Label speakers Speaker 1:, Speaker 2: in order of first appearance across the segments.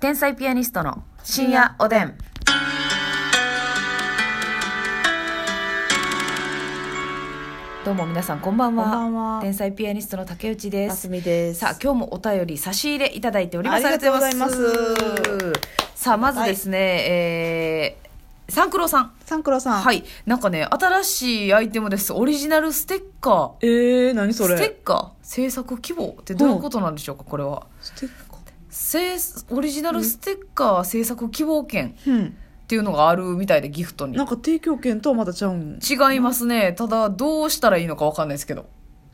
Speaker 1: 天才ピアニストの深夜おでん。どうも皆さんこんばんは。
Speaker 2: こんばんは
Speaker 1: 天才ピアニストの竹内で
Speaker 2: ますす。みです。
Speaker 1: さあ今日もお便り差し入れいただいております。
Speaker 2: ありがとうございます
Speaker 1: ありがとうございますさあまずですね、えー、サンクロさん。
Speaker 2: サンクロさん。。
Speaker 1: はいい。なんかね、新しいアイテムです。オリジナルステッカー。
Speaker 2: ええー、何それ。
Speaker 1: ステッカー制作規模ってどういうことなんでしょうか、これは。
Speaker 2: ステッカ
Speaker 1: 制オリジナルステッカー制作希望券
Speaker 2: ー。うん。
Speaker 1: っていうのがあるみたいでギフトに
Speaker 2: なんか提供券とはまたちゃうん。
Speaker 1: 違いますねただどうしたらいいのかわかんないですけど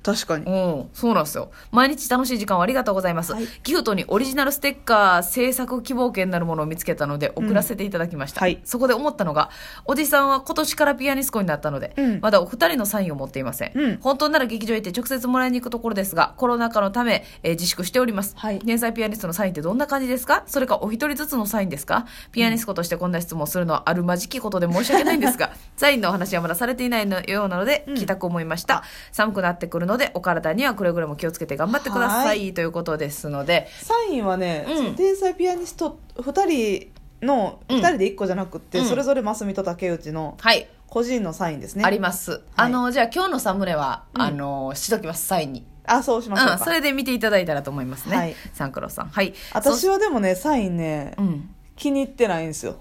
Speaker 2: 確かに
Speaker 1: う。んそうなんですよ毎日楽しい時間をありがとうございます、
Speaker 2: はい
Speaker 1: ギフトにオリジナルステッカー制作希望券なるものを見つけたので送らせていただきました、
Speaker 2: うんはい
Speaker 1: そこで思ったのがおじさんは今年からピアニスコになったので、
Speaker 2: うん
Speaker 1: まだお二人のサインを持っていません、
Speaker 2: うん
Speaker 1: 本当なら劇場へ行って直接もらいに行くところですがコロナ禍のため、えー自粛しております、
Speaker 2: はい
Speaker 1: 天才ピアニストのサインってどんな感じですかそれかお一人ずつのサインですかピアニストとしてこんな質問をするのはあるまじきことで申し訳ないんですが、サインのお話はまだされていないのようなので、
Speaker 2: うん
Speaker 1: 聞きたく思いました。寒くなってくるので、お体にはくれぐれも気をつけて頑張ってくださ。
Speaker 2: はい
Speaker 1: ということですので、
Speaker 2: サインはね、
Speaker 1: うん
Speaker 2: 天才ピアニスト二人の
Speaker 1: うん
Speaker 2: 二人で一個じゃなくって、
Speaker 1: うん
Speaker 2: それぞれますみと竹内の
Speaker 1: はい、
Speaker 2: 個人のサインですね。
Speaker 1: あります。あの、じゃあ今日のサムネは、
Speaker 2: うん
Speaker 1: あの、しときます、サインに。
Speaker 2: あ、そうしましょうか。
Speaker 1: うん、それで見ていただいたらと思いますね。
Speaker 2: はい
Speaker 1: サンクロさん。はい。
Speaker 2: 私
Speaker 1: は、
Speaker 2: はでもね、サインね、
Speaker 1: うん。
Speaker 2: 気に入ってないんですよ。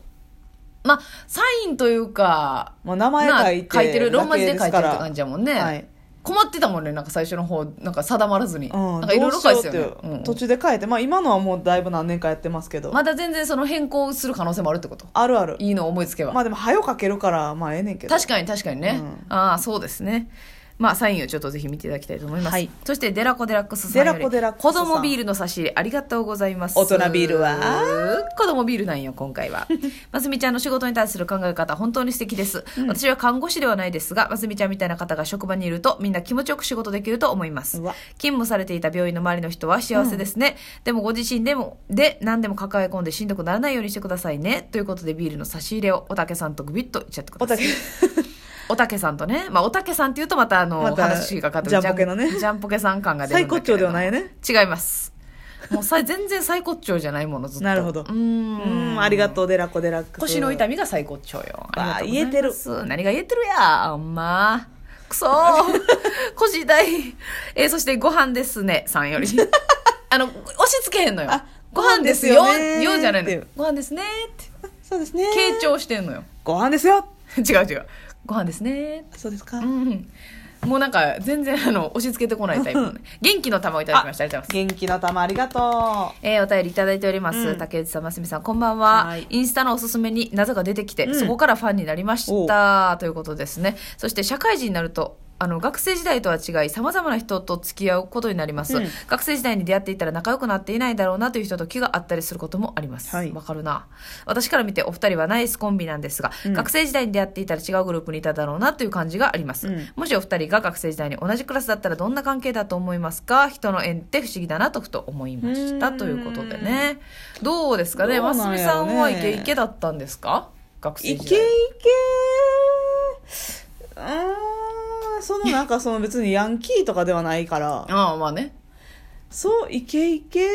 Speaker 1: まあ、サインというか、
Speaker 2: もう名前
Speaker 1: な
Speaker 2: 書いて
Speaker 1: 書いてる、ローマ字で書いてるって
Speaker 2: だけすから
Speaker 1: 感じやもんね。
Speaker 2: はい。
Speaker 1: 困ってたもんねなんか最初の方なんか定まらずに、
Speaker 2: う
Speaker 1: な
Speaker 2: ん、
Speaker 1: んかいろいろ書いてた
Speaker 2: どうしよ
Speaker 1: よ
Speaker 2: うって
Speaker 1: ね、うん
Speaker 2: 途中で書いて、まあ今のはもうだいぶ何年かやってますけど、
Speaker 1: まだ全然その変更する可能性もあるってこと
Speaker 2: あるある。
Speaker 1: いいの思いつけば、
Speaker 2: まあでも、早書けるから、まあええねんけど。
Speaker 1: 確かに確かにね、
Speaker 2: うん
Speaker 1: ああそうですねまあサインをちょっとぜひ見ていただきたいと思います、
Speaker 2: はい
Speaker 1: そしてデラコデラックスさんより
Speaker 2: デラコデラックスさ
Speaker 1: 子
Speaker 2: ん
Speaker 1: 供ビールの差し入れありがとうございます
Speaker 2: 大人ビールは
Speaker 1: 子供ビールなんよ今回 はますみちゃんの仕事に対する考え方本当に素敵です、私は看護師ではないですがますみちゃんみたいな方が職場にいるとみんな気持ちよく仕事できると思います
Speaker 2: うわ
Speaker 1: 勤務されていた病院の周りの人は幸せですね、でもご自身でもで何でも抱え込んでしんどくならないようにしてくださいねということでビールの差し入れをおたけさんとグビッといっちゃってくだ
Speaker 2: お
Speaker 1: さ
Speaker 2: た
Speaker 1: い
Speaker 2: け
Speaker 1: おたけさんとね、まあ、おたけさんっていうとまたあの、
Speaker 2: また
Speaker 1: 話がかかって
Speaker 2: ジャンポケのね
Speaker 1: ジャンポケさん感が出る
Speaker 2: 最
Speaker 1: んだ
Speaker 2: 高
Speaker 1: けれ
Speaker 2: 潮
Speaker 1: ど
Speaker 2: ではないね
Speaker 1: 違いますもうさ全然最高潮じゃないものずっと
Speaker 2: なるほど
Speaker 1: うーん
Speaker 2: うんありがとうデラコデラックス
Speaker 1: 腰の痛みが最高潮よ
Speaker 2: わあ
Speaker 1: ありがとうございます何が言えてるやほんまくそー 腰痛いえーそしてご飯ですねさんよりあの押し付けへんのよ
Speaker 2: あ
Speaker 1: ご飯ですよ
Speaker 2: ご飯ですよねー
Speaker 1: よじゃないの
Speaker 2: っていう
Speaker 1: ご飯ですねーって
Speaker 2: そうですね
Speaker 1: 傾聴してんのよ
Speaker 2: ご飯ですよ
Speaker 1: 違う違うご飯ですねーって
Speaker 2: そうですか、
Speaker 1: うんもうなんか全然あの押し付けてこないタイプのね元気の玉をいただきましたありがとうございます
Speaker 2: 元気の玉ありがと
Speaker 1: えーお便りいただいております、
Speaker 2: うん
Speaker 1: 竹内さんますみさんこんばんは
Speaker 2: はい
Speaker 1: インスタのおすすめに謎が出てきて、
Speaker 2: うん
Speaker 1: そこからファンになりましたということですねそして社会人になるとあの学生時代とは違いさまざまな人と付き合うことになります、
Speaker 2: うん
Speaker 1: 学生時代に出会っていたら仲良くなっていないだろうなという人と気があったりすることもありますわ、
Speaker 2: はい
Speaker 1: かるな私から見てお二人はナイスコンビなんですが、
Speaker 2: うん
Speaker 1: 学生時代に出会っていたら違うグループにいただろうなという感じがあります、
Speaker 2: うん
Speaker 1: もしお二人が学生時代に同じクラスだったらどんな関係だと思いますか人の縁って不思議だなとふと思いました
Speaker 2: うーん
Speaker 1: ということでねどうですかね
Speaker 2: どう
Speaker 1: ます
Speaker 2: なんやろ
Speaker 1: みさ
Speaker 2: ね
Speaker 1: んはイケイケだったんですか学
Speaker 2: う
Speaker 1: 生
Speaker 2: いけい
Speaker 1: 時
Speaker 2: け
Speaker 1: 代
Speaker 2: うーんそのなんかその別にヤンキーとかではないから
Speaker 1: ああまあね
Speaker 2: そういけいけ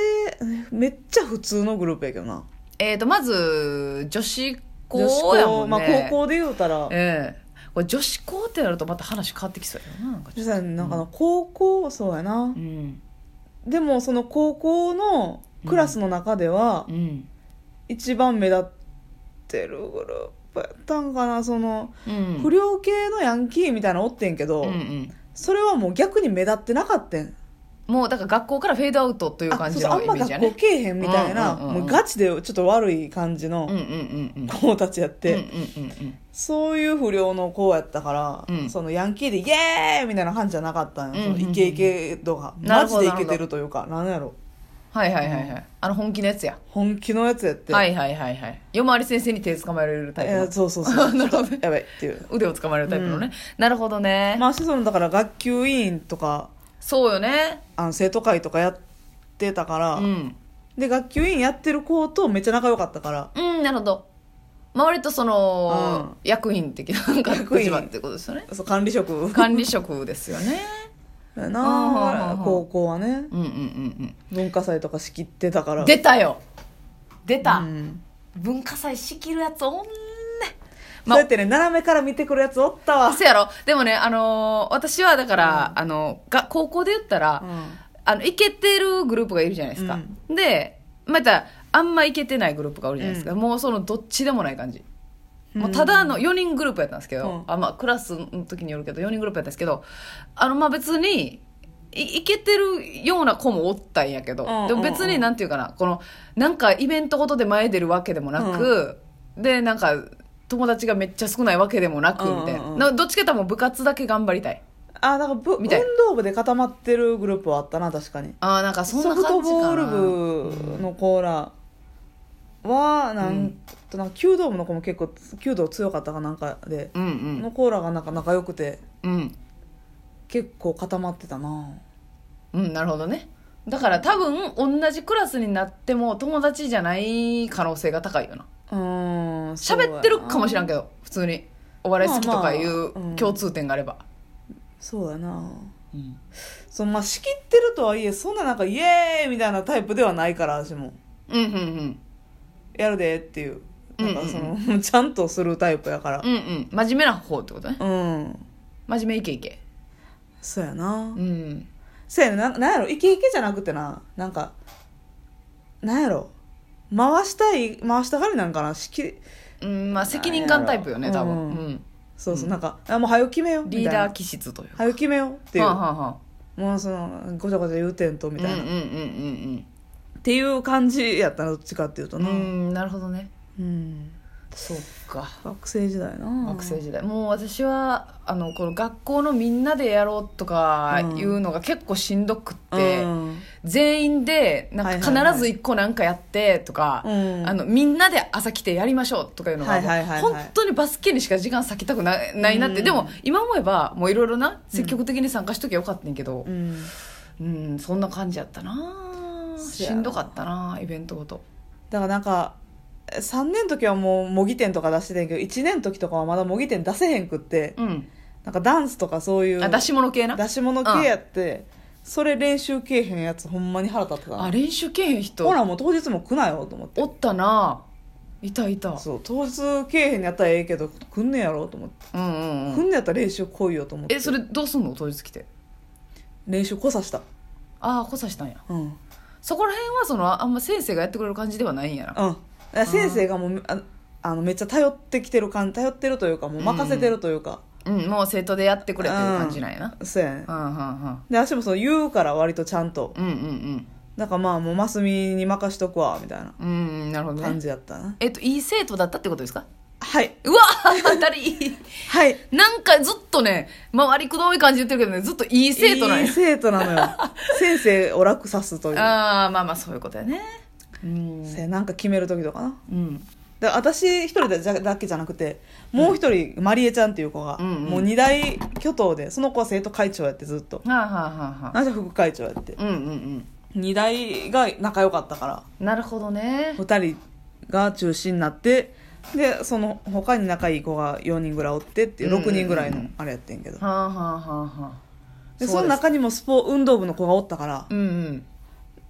Speaker 2: めっちゃ普通のグループやけどな
Speaker 1: えー、とまず女子
Speaker 2: 女子
Speaker 1: 校やもんね
Speaker 2: まあ、高校で言うたら
Speaker 1: ええこれ女子校ってなるとまた話変わってきそうやななんかちょっ
Speaker 2: 実際なんかの高校そうやな
Speaker 1: とうん
Speaker 2: でもその高校のクラスの中では
Speaker 1: うん
Speaker 2: 一番目立ってるグループやったんかなその
Speaker 1: うん
Speaker 2: 不良系のヤンキーみたいなのおってんけど、
Speaker 1: うんうん
Speaker 2: それはもう逆に目立ってなかったん
Speaker 1: もうだから学校からフェードアウトという感じ
Speaker 2: あそう
Speaker 1: の
Speaker 2: そう
Speaker 1: イ
Speaker 2: あ
Speaker 1: メー
Speaker 2: んま
Speaker 1: ジや
Speaker 2: 学校
Speaker 1: ね
Speaker 2: けえへんみたいな、
Speaker 1: うんうんうんうん
Speaker 2: もうガチでちょっと悪い感じ
Speaker 1: うんうん
Speaker 2: の
Speaker 1: うんうん
Speaker 2: 子たちやって、
Speaker 1: うんうんうんうん
Speaker 2: そういう不良の子やったから、
Speaker 1: うん
Speaker 2: そのヤンキーでイエーイみたいな感じじゃなかったん
Speaker 1: う
Speaker 2: よ、
Speaker 1: んうんうん
Speaker 2: そのイケイケ度が
Speaker 1: な
Speaker 2: マ
Speaker 1: るほ
Speaker 2: ジ
Speaker 1: ど
Speaker 2: でイケてるというかなんやろ
Speaker 1: はいはいはいはいあの本気のやつや
Speaker 2: 本気のやつやって、
Speaker 1: はいはいはいはい夜回り先生に手捕まえられるタイプ
Speaker 2: え
Speaker 1: の
Speaker 2: ーそうそうそ う
Speaker 1: なるほどね
Speaker 2: やばいっていう
Speaker 1: 腕を捕まえられるタイプのね、なるほどね、
Speaker 2: まあそのだから学級委員とか
Speaker 1: そうよね
Speaker 2: あの生徒会とかやってたから、
Speaker 1: うん
Speaker 2: で学級委員やってる子とめっちゃ仲良かったから
Speaker 1: うんなるほど周りとその、
Speaker 2: うん
Speaker 1: 役員的ななんか
Speaker 2: 役員
Speaker 1: 立場ってことですよね
Speaker 2: そう管理職
Speaker 1: 管理職ですよ ね
Speaker 2: や
Speaker 1: あー
Speaker 2: な高校はね
Speaker 1: うんうんうん
Speaker 2: 文化祭とか仕切ってたか
Speaker 1: う
Speaker 2: ら
Speaker 1: ん出たよ出た、
Speaker 2: うん
Speaker 1: 文化祭仕切るやつおんね
Speaker 2: そうやってね斜めから見てくるやつおったわ、
Speaker 1: そうやろでもね、あのー私はだから、あのが高校で言ったら、あの、イケてるグループがいるじゃないですか。で、また、あんまイケてないグループがおるじゃないですか。もうその、どっちでもない感じ。もうただの4人グループやったんですけど、
Speaker 2: う
Speaker 1: あまあ、クラスの時によるけど、4人グループやったんですけど、あの、まあ別に、いイケてるような子もおったんやけど、
Speaker 2: うん
Speaker 1: でも別になんていうかな、この、なんかイベントごとで前出るわけでもなく、で、なんか、友達がめっちゃ少ないわけでもなく、みたいな。
Speaker 2: うんうんうん
Speaker 1: などっちかというともう部活だけ頑張りたい。
Speaker 2: あなんかぶ運
Speaker 1: みたい
Speaker 2: 動部で固まってるグループはあったな確かに
Speaker 1: ああ、なんかそんな
Speaker 2: ソ
Speaker 1: 感じ
Speaker 2: フ
Speaker 1: かな。
Speaker 2: トボール部のコーラはなん,、となんか弓道部の子も結構弓道強かったかなんかで、
Speaker 1: うんうん。
Speaker 2: のコーラがなんか仲良くて
Speaker 1: うん。
Speaker 2: 結構固まってたな
Speaker 1: うん、なるほどね。だから多分、同じクラスになっても友達じゃない可能性が高いよな。
Speaker 2: うーん
Speaker 1: 喋ってるかもしらん
Speaker 2: けど
Speaker 1: けど、普通に。お笑い好きとかい
Speaker 2: まあまあう
Speaker 1: うん共通点があれば。
Speaker 2: そうやな
Speaker 1: うん。
Speaker 2: そのまあ仕切ってるとはいえそんななんかイエーイみたいなタイプではないから私も
Speaker 1: うん、うん、うん。
Speaker 2: やるでっていうなんかその、
Speaker 1: う
Speaker 2: ちゃんとするタイプやから
Speaker 1: うん、うん。真面目な方ってことね。
Speaker 2: うん、
Speaker 1: 真面目いけいけ。
Speaker 2: そうやな
Speaker 1: うん。
Speaker 2: そうやねななんやろイケイケじゃなくてななんかなんやろ回したい回したがりなんかな仕切り
Speaker 1: うん、まあ責任感タイプよね、多分。
Speaker 2: う
Speaker 1: うん。
Speaker 2: そうそう、なんかあもう早く決めようみたい
Speaker 1: リー
Speaker 2: な
Speaker 1: ダー気質というか。
Speaker 2: 早く決めようっていう、
Speaker 1: はあはあはあ
Speaker 2: もうそのごちゃごちゃ言うてんとみ
Speaker 1: うん
Speaker 2: たいな、
Speaker 1: うん
Speaker 2: っ
Speaker 1: うん
Speaker 2: ていう感じやったなどっちかっていうと
Speaker 1: うんうん。
Speaker 2: な
Speaker 1: うん、なるほどね。
Speaker 2: うん
Speaker 1: そうか。
Speaker 2: 学生時代な
Speaker 1: 学生時代もう私はあのこの学校のみんなでやろうとかいうのが結構しんどくって、
Speaker 2: うん
Speaker 1: 全員でなん
Speaker 2: はいはいは
Speaker 1: か
Speaker 2: い
Speaker 1: 必ず一個なんかやってとか、
Speaker 2: うん
Speaker 1: あのみんなで朝来てやりましょうとかいうのが、
Speaker 2: はいはいはいはい
Speaker 1: もう本当にバスケにしか時間割きたくなないなって、
Speaker 2: うん
Speaker 1: でも今思えばもういろいろな積極的に参加しときゃよかったんやけど
Speaker 2: う、ん
Speaker 1: うんそんな感じやったな
Speaker 2: そや
Speaker 1: し
Speaker 2: なん
Speaker 1: どかったなイベントごと
Speaker 2: だからなんか3年の時はもう模擬店とか出してたんやけど1年の時とかはまだ模擬店出せへんくって、
Speaker 1: うん
Speaker 2: なんかダンスとかそういう
Speaker 1: あ出し物系な
Speaker 2: 出し物系やって、それ練習けえへんやつほんまに腹立ってた
Speaker 1: あ
Speaker 2: な
Speaker 1: 練習けえへん人
Speaker 2: ほらもう当日も来なよと思って
Speaker 1: おったないたいた
Speaker 2: そう当日けえへんやったらええけど来んねやろと思って、
Speaker 1: うんうんう
Speaker 2: 来
Speaker 1: ん
Speaker 2: んねやったら練習来いよと思って
Speaker 1: えそれどうすんの当日来て
Speaker 2: 練習来さした
Speaker 1: ああこさしたんや
Speaker 2: うんうん
Speaker 1: そこら辺はそのああんま先生がやってくれる感じではないんやな
Speaker 2: だから先生がもうああのめっちゃ頼ってきてる感頼ってるというかもう任せてるというか、
Speaker 1: うんもう生徒でやってくれっていう感じなんやな
Speaker 2: そうやね
Speaker 1: うんうん
Speaker 2: で私もその言うから割とちゃんと
Speaker 1: うんうん
Speaker 2: なんかまあもうマスミに任しとくわみたいな
Speaker 1: うんうんうんなるほど
Speaker 2: 感
Speaker 1: ね
Speaker 2: じやったな、
Speaker 1: えっといい生徒だったってことですか
Speaker 2: はいう
Speaker 1: わだり い
Speaker 2: はい
Speaker 1: なんかずっとね回りくどい感じで言ってるけどねずっといい生徒なん
Speaker 2: いい
Speaker 1: や
Speaker 2: 生徒な のよ先生を楽さすという
Speaker 1: ああまあまあそういうことやねうん
Speaker 2: せなんか決める時とかな
Speaker 1: うん
Speaker 2: で私一人だじゃだけじゃなくてもう一人、マリエちゃんっていう子が、
Speaker 1: うんうん
Speaker 2: もう二大巨頭でその子は生徒会長やってずっと
Speaker 1: はあはあはあはあ
Speaker 2: 私は副会長やって
Speaker 1: うんうんうん
Speaker 2: 二大が仲良かったから
Speaker 1: なるほどね
Speaker 2: 二人が中心になってでその他に仲いい子が4人ぐらいおってっていう
Speaker 1: うんうんうん
Speaker 2: 6人ぐらいのあれやってんけど、
Speaker 1: はあはあはあはあ
Speaker 2: で
Speaker 1: う
Speaker 2: その中にもスポ運動部の子がおったから
Speaker 1: うんうん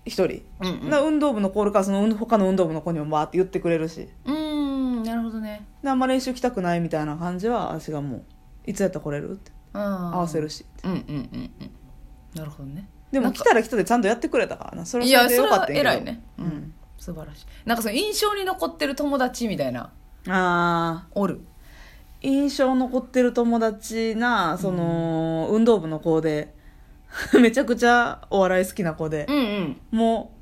Speaker 2: 1人、
Speaker 1: うんうん
Speaker 2: な運動部の子おるからその運他の運動部の子にもバーって言ってくれるし
Speaker 1: うーんなるほどね
Speaker 2: であんま練習来たくないみたいな感じは私がもういつやったら来れるって
Speaker 1: 合
Speaker 2: 合わせるし
Speaker 1: うんうんうんうんなるほどね
Speaker 2: で
Speaker 1: な
Speaker 2: も
Speaker 1: ん
Speaker 2: 来
Speaker 1: か
Speaker 2: たら来たでちゃんとやってくれたからなそれ
Speaker 1: い
Speaker 2: は
Speaker 1: や
Speaker 2: それで
Speaker 1: それ
Speaker 2: よかっ
Speaker 1: は
Speaker 2: たんやけど
Speaker 1: 偉いね、う、
Speaker 2: うんん、
Speaker 1: 素晴らしいなんかその印象に残ってる友達みたいな
Speaker 2: ああ
Speaker 1: おる
Speaker 2: 印象残ってる友達なその、運動部の子で めちゃくちゃお笑い好きな子で
Speaker 1: う、んうん
Speaker 2: もう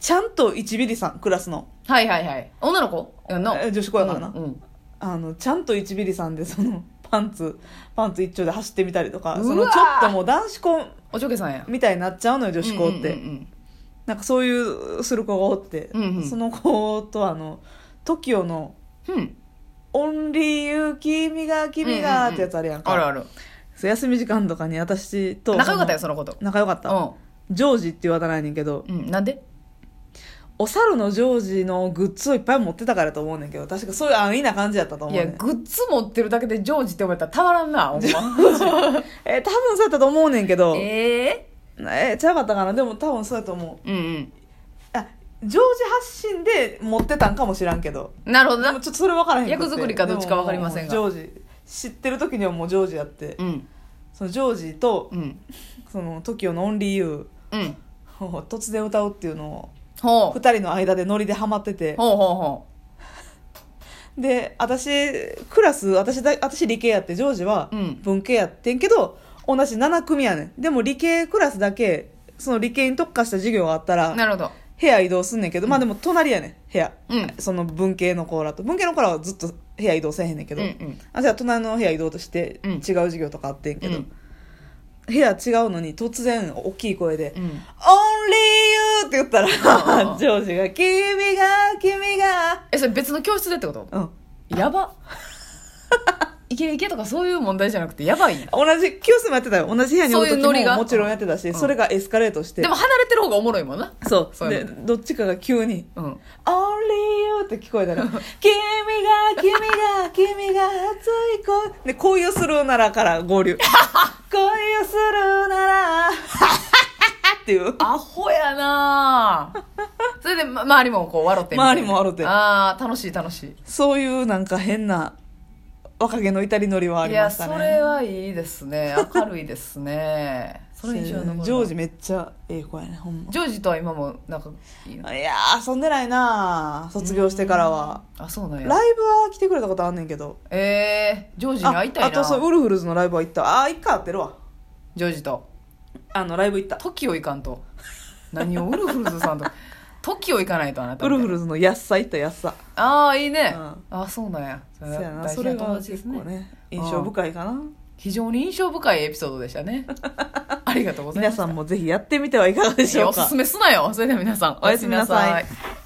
Speaker 2: ちゃんと1ビリさんクラスの
Speaker 1: はいはいはい女の子やんな
Speaker 2: え女子校やからな、
Speaker 1: うんうん
Speaker 2: あのちゃんと1ビリさんでそのパンツパンツ一丁で走ってみたりとかそうの
Speaker 1: わー
Speaker 2: ちょっともう男子校
Speaker 1: おちょけさんや
Speaker 2: みたいになっちゃうのよ女子校って、
Speaker 1: うん
Speaker 2: なんかそういうする子がおって、
Speaker 1: うんうん
Speaker 2: その子とあの TOKIO の
Speaker 1: うんうんうん
Speaker 2: 「オンリーユー君が君が」ってやつあるやんか、
Speaker 1: あるある
Speaker 2: そう休み時間とかに私と
Speaker 1: 仲良かったよそのこと
Speaker 2: 仲良かった、ジョージって言わないねんけど
Speaker 1: うん、うん、なんで
Speaker 2: お猿のジョージのグッズをいっぱい持ってたからやと思うねんけど確かそういう安易な感じやったと思
Speaker 1: いう
Speaker 2: ね
Speaker 1: や
Speaker 2: ん
Speaker 1: グッズ持ってるだけでジョージって呼ばれたらたまら んなほんま
Speaker 2: えー多分そうやったと思うねんけどえ
Speaker 1: ええ
Speaker 2: ー、ちゃうかったかなでも多分そうやと思う
Speaker 1: うんうん
Speaker 2: あ常時発信で持ってたんかもしらんけど
Speaker 1: なるほど
Speaker 2: でも
Speaker 1: な
Speaker 2: ちょっとそれ分からへんくて
Speaker 1: 役作りかどっちか分かりませんが
Speaker 2: でももう常時知ってる時にはもう常時やって、
Speaker 1: うん
Speaker 2: そのジョージと
Speaker 1: うん
Speaker 2: その TOKIO の「OnlyYou
Speaker 1: うん」
Speaker 2: を突然歌うっていうのを
Speaker 1: ほう
Speaker 2: 二人の間でノリでハマってて
Speaker 1: ほうほうほ
Speaker 2: で私クラス私だ私理系やってジョージは
Speaker 1: うん
Speaker 2: 文系やってんけど、同じ7組やねんでも理系クラスだけその理系に特化した授業があった
Speaker 1: う
Speaker 2: ら
Speaker 1: なるほど
Speaker 2: 部屋移動すんねんけど、まあでも隣やねん部屋、
Speaker 1: うん
Speaker 2: その文系の子らと文系の子らはずっと部屋移動せえへんねんけ
Speaker 1: うん
Speaker 2: ど、
Speaker 1: うん
Speaker 2: あじゃあ隣の部屋移動として
Speaker 1: うん
Speaker 2: 違う授業とかあってんけど、
Speaker 1: うん
Speaker 2: 部屋違うのに突然大きい声で「
Speaker 1: うん
Speaker 2: オンリーユーって言ったら、
Speaker 1: うん
Speaker 2: ジョージが、君が、君が、
Speaker 1: えそれ別の教室でってこと
Speaker 2: うん。
Speaker 1: や ばいけいけとかそういう問題じゃなくてやばいんや
Speaker 2: 同じ、教室もやってたよ。同じ部屋におる
Speaker 1: そうい
Speaker 2: 時
Speaker 1: うノリ
Speaker 2: も
Speaker 1: が
Speaker 2: もちろんやってたし、
Speaker 1: うん
Speaker 2: それがエスカレートして。
Speaker 1: でも、離れてる方がおもろいもんな
Speaker 2: そう。
Speaker 1: そうや
Speaker 2: で、
Speaker 1: もん
Speaker 2: どっちかが急に、
Speaker 1: うん
Speaker 2: オンリーユーって聞こえた ら、君が、君が、君が熱い恋。で、恋をするならから 合流。恋をするなら、っていう。
Speaker 1: アホやな あそれで、ま、周りもこう笑ってみたいな
Speaker 2: 周りも笑って
Speaker 1: ああ楽しい楽しい
Speaker 2: そういうなんか変な、若気の至りノリはあ
Speaker 1: い
Speaker 2: りま
Speaker 1: や
Speaker 2: した
Speaker 1: そ
Speaker 2: ね。
Speaker 1: れはいいですね明るいです ねそれ印象に残るな
Speaker 2: ジョージめっちゃええ子やねほん
Speaker 1: ジョージとは今も仲いいの
Speaker 2: まいやー遊んでないなー卒業してからは
Speaker 1: あそうなん
Speaker 2: ライ
Speaker 1: や
Speaker 2: ブは来てくれたことあんねんけど
Speaker 1: えー、ジョージに
Speaker 2: あ
Speaker 1: 会いたいな
Speaker 2: あとそうウルフルズのライブは行ったあー一回会ってるわ
Speaker 1: ジョージと
Speaker 2: あのライブ行った
Speaker 1: TOKIO 行かんと何をウルフルズさんと TOKIO 行かないとあなた
Speaker 2: ウルフ
Speaker 1: ズ
Speaker 2: ルズの安さ行った安さ
Speaker 1: ああいいね、
Speaker 2: うん
Speaker 1: あそうなんやそ
Speaker 2: そうやな
Speaker 1: 大
Speaker 2: そ
Speaker 1: 事な
Speaker 2: れ
Speaker 1: 友
Speaker 2: が
Speaker 1: 達で
Speaker 2: 結
Speaker 1: す
Speaker 2: 構
Speaker 1: ね
Speaker 2: ね印象深いかな
Speaker 1: 非常に印象深いエピソードでした ねありがとうござい
Speaker 2: 皆
Speaker 1: ます
Speaker 2: さんもぜひやってみてはいかがでしょう
Speaker 1: いやお
Speaker 2: か
Speaker 1: すすめすなよそれでは皆さん
Speaker 2: おやすみなさい
Speaker 1: い